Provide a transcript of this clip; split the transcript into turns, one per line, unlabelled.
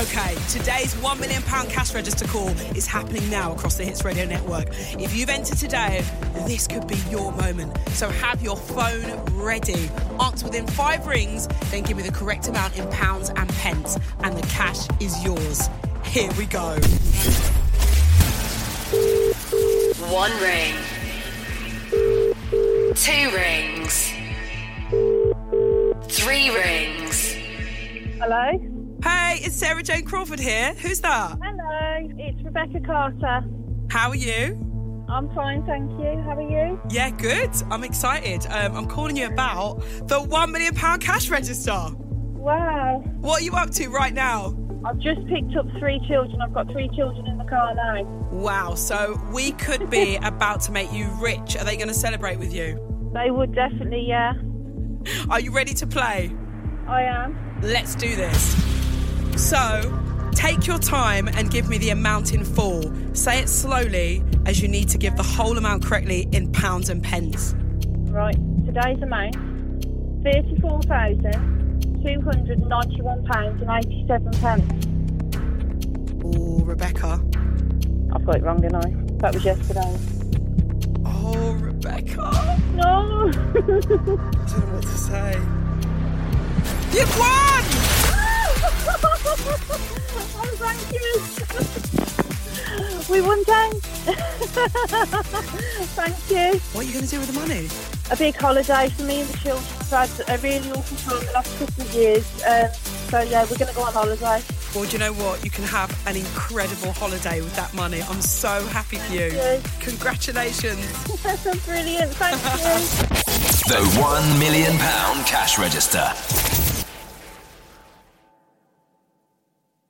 Okay, today's £1 million cash register call is happening now across the Hits Radio Network. If you've entered today, this could be your moment. So have your phone ready. Answer within five rings, then give me the correct amount in pounds and pence, and the cash is yours. Here we go.
One ring. Two rings. Three rings.
Hello?
Hey, it's Sarah Jane Crawford here. Who's that?
Hello, it's Rebecca Carter.
How are you?
I'm fine, thank you. How are you?
Yeah, good. I'm excited. Um, I'm calling you about the £1 million cash register.
Wow.
What are you up to right now?
I've just picked up three children. I've got three children in the car now.
Wow, so we could be about to make you rich. Are they going to celebrate with you?
They would definitely, yeah.
Are you ready to play?
I am.
Let's do this. So, take your time and give me the amount in full. Say it slowly as you need to give the whole amount correctly in pounds and pence.
Right, today's amount £34,291.87.
Oh, Rebecca.
I've got it wrong, didn't I? That was yesterday.
Oh, Rebecca.
No!
I don't know what to say. You've won!
oh, thank you! we won, thanks. thank you.
What are you going to do with the money?
a big holiday for me and the children. I've had a really awful time the last couple of years. Um, so yeah, we're going to go on holiday.
Well, do you know what? You can have an incredible holiday with that money. I'm so happy for you.
you.
Congratulations.
Brilliant, thank you.
The £1 million cash register.